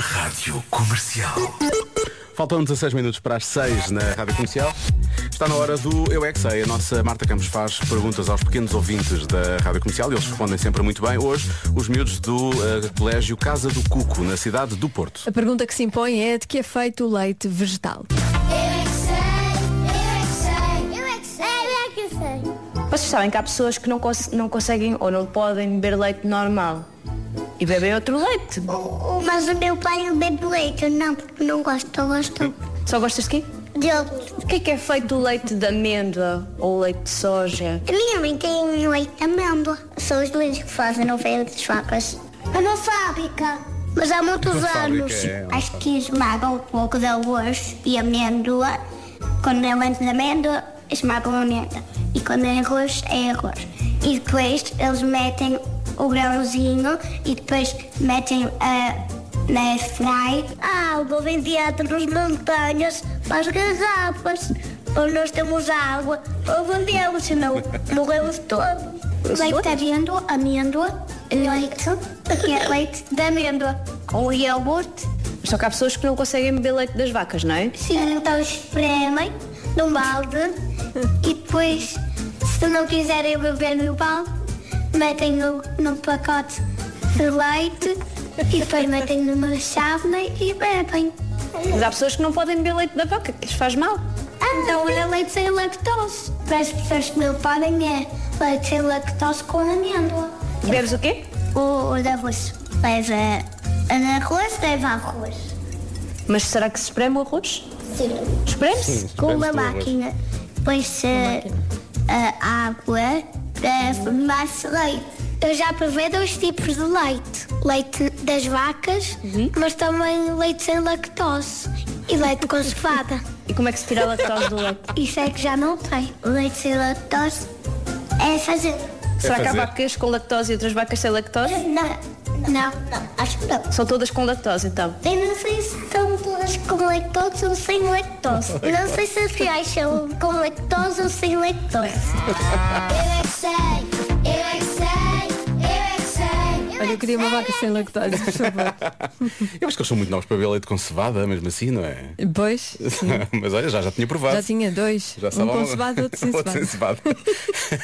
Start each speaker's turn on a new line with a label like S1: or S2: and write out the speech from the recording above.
S1: Rádio Comercial.
S2: Faltam 16 minutos para as 6 na Rádio Comercial. Está na hora do Eu É Que Sei. A nossa Marta Campos faz perguntas aos pequenos ouvintes da Rádio Comercial e eles respondem sempre muito bem. Hoje, os miúdos do eh, Colégio Casa do Cuco, na cidade do Porto.
S3: A pergunta que se impõe é de que é feito o leite vegetal.
S4: Eu é que sei, eu é que sei, eu é que sei, eu é que sei.
S5: Vocês sabem que há pessoas que não, cons- não conseguem ou não podem beber leite normal e bebem outro leite.
S4: Mas o meu pai não bebe leite, não, porque não gosta, gosta
S5: Só gostas de quê?
S4: dele.
S5: O que é que é feito o leite de amêndoa ou leite de soja?
S4: A minha mãe tem um leite de amêndoa. São os lindos que fazem, não veio das vacas. É uma fábrica. Mas há muitos
S2: Uma fábrica,
S4: anos.
S2: é, uma
S4: Acho que esmagam um pouco de arroz e amêndoa. Quando é leite de amêndoa, esmagam a amêndoa. E quando é arroz, é arroz. E depois eles metem o grãozinho e depois metem a. Na fry. Ah, Água vem de das montanhas para as garrafas. Onde nós temos água. Oh, Ou vendemos, senão morremos todos. Leite de amêndoa, amêndoa, leite, que é leite de amêndoa. Com iogurte.
S5: Só que há pessoas que não conseguem beber leite das vacas, não é?
S4: Sim, então espremem num balde e depois, se não quiserem beber no balde, metem no, num pacote de leite e depois metem numa chávena e bebem.
S5: Mas há pessoas que não podem beber leite da vaca, que lhes faz mal.
S4: Então é leite sem lactose. Para as pessoas que não podem é leite sem lactose com amêndoa.
S5: Bebes o quê?
S4: O, o de arroz leva arroz, leva arroz.
S5: Mas será que se espreme o arroz?
S4: Sim.
S5: Espreme-se?
S4: Com
S2: Espreme-se
S4: uma
S2: do arroz.
S4: máquina. Põe-se eh, a água para formar-se leite. Eu já provei dois tipos de leite. Leite das vacas, mas também leite sem lactose e leite com cevada.
S5: E como é que se tira a lactose do leite?
S4: Isso é que já não tem. Leite sem lactose é fazer.
S5: Será que há
S2: fazer.
S5: vacas com lactose e outras vacas sem lactose?
S4: Não, não, não, acho que não.
S5: São todas com lactose, então.
S4: Eu não sei se são todas com lactose ou sem lactose. Eu não sei se as reais são com lactose ou sem lactose. Eu é que sei, eu é que sei, eu é que sei.
S3: Olha, eu queria uma vaca sem lactose, por favor.
S2: Eu acho que eles são muito novos para beber leite com cevada, mesmo assim, não é?
S3: Pois,
S2: Mas olha, já, já tinha provado.
S3: já tinha dois.
S2: Já
S3: um
S2: sabe-
S3: com cebado, outro sem
S2: Outro
S3: cebado.
S2: sem cevada.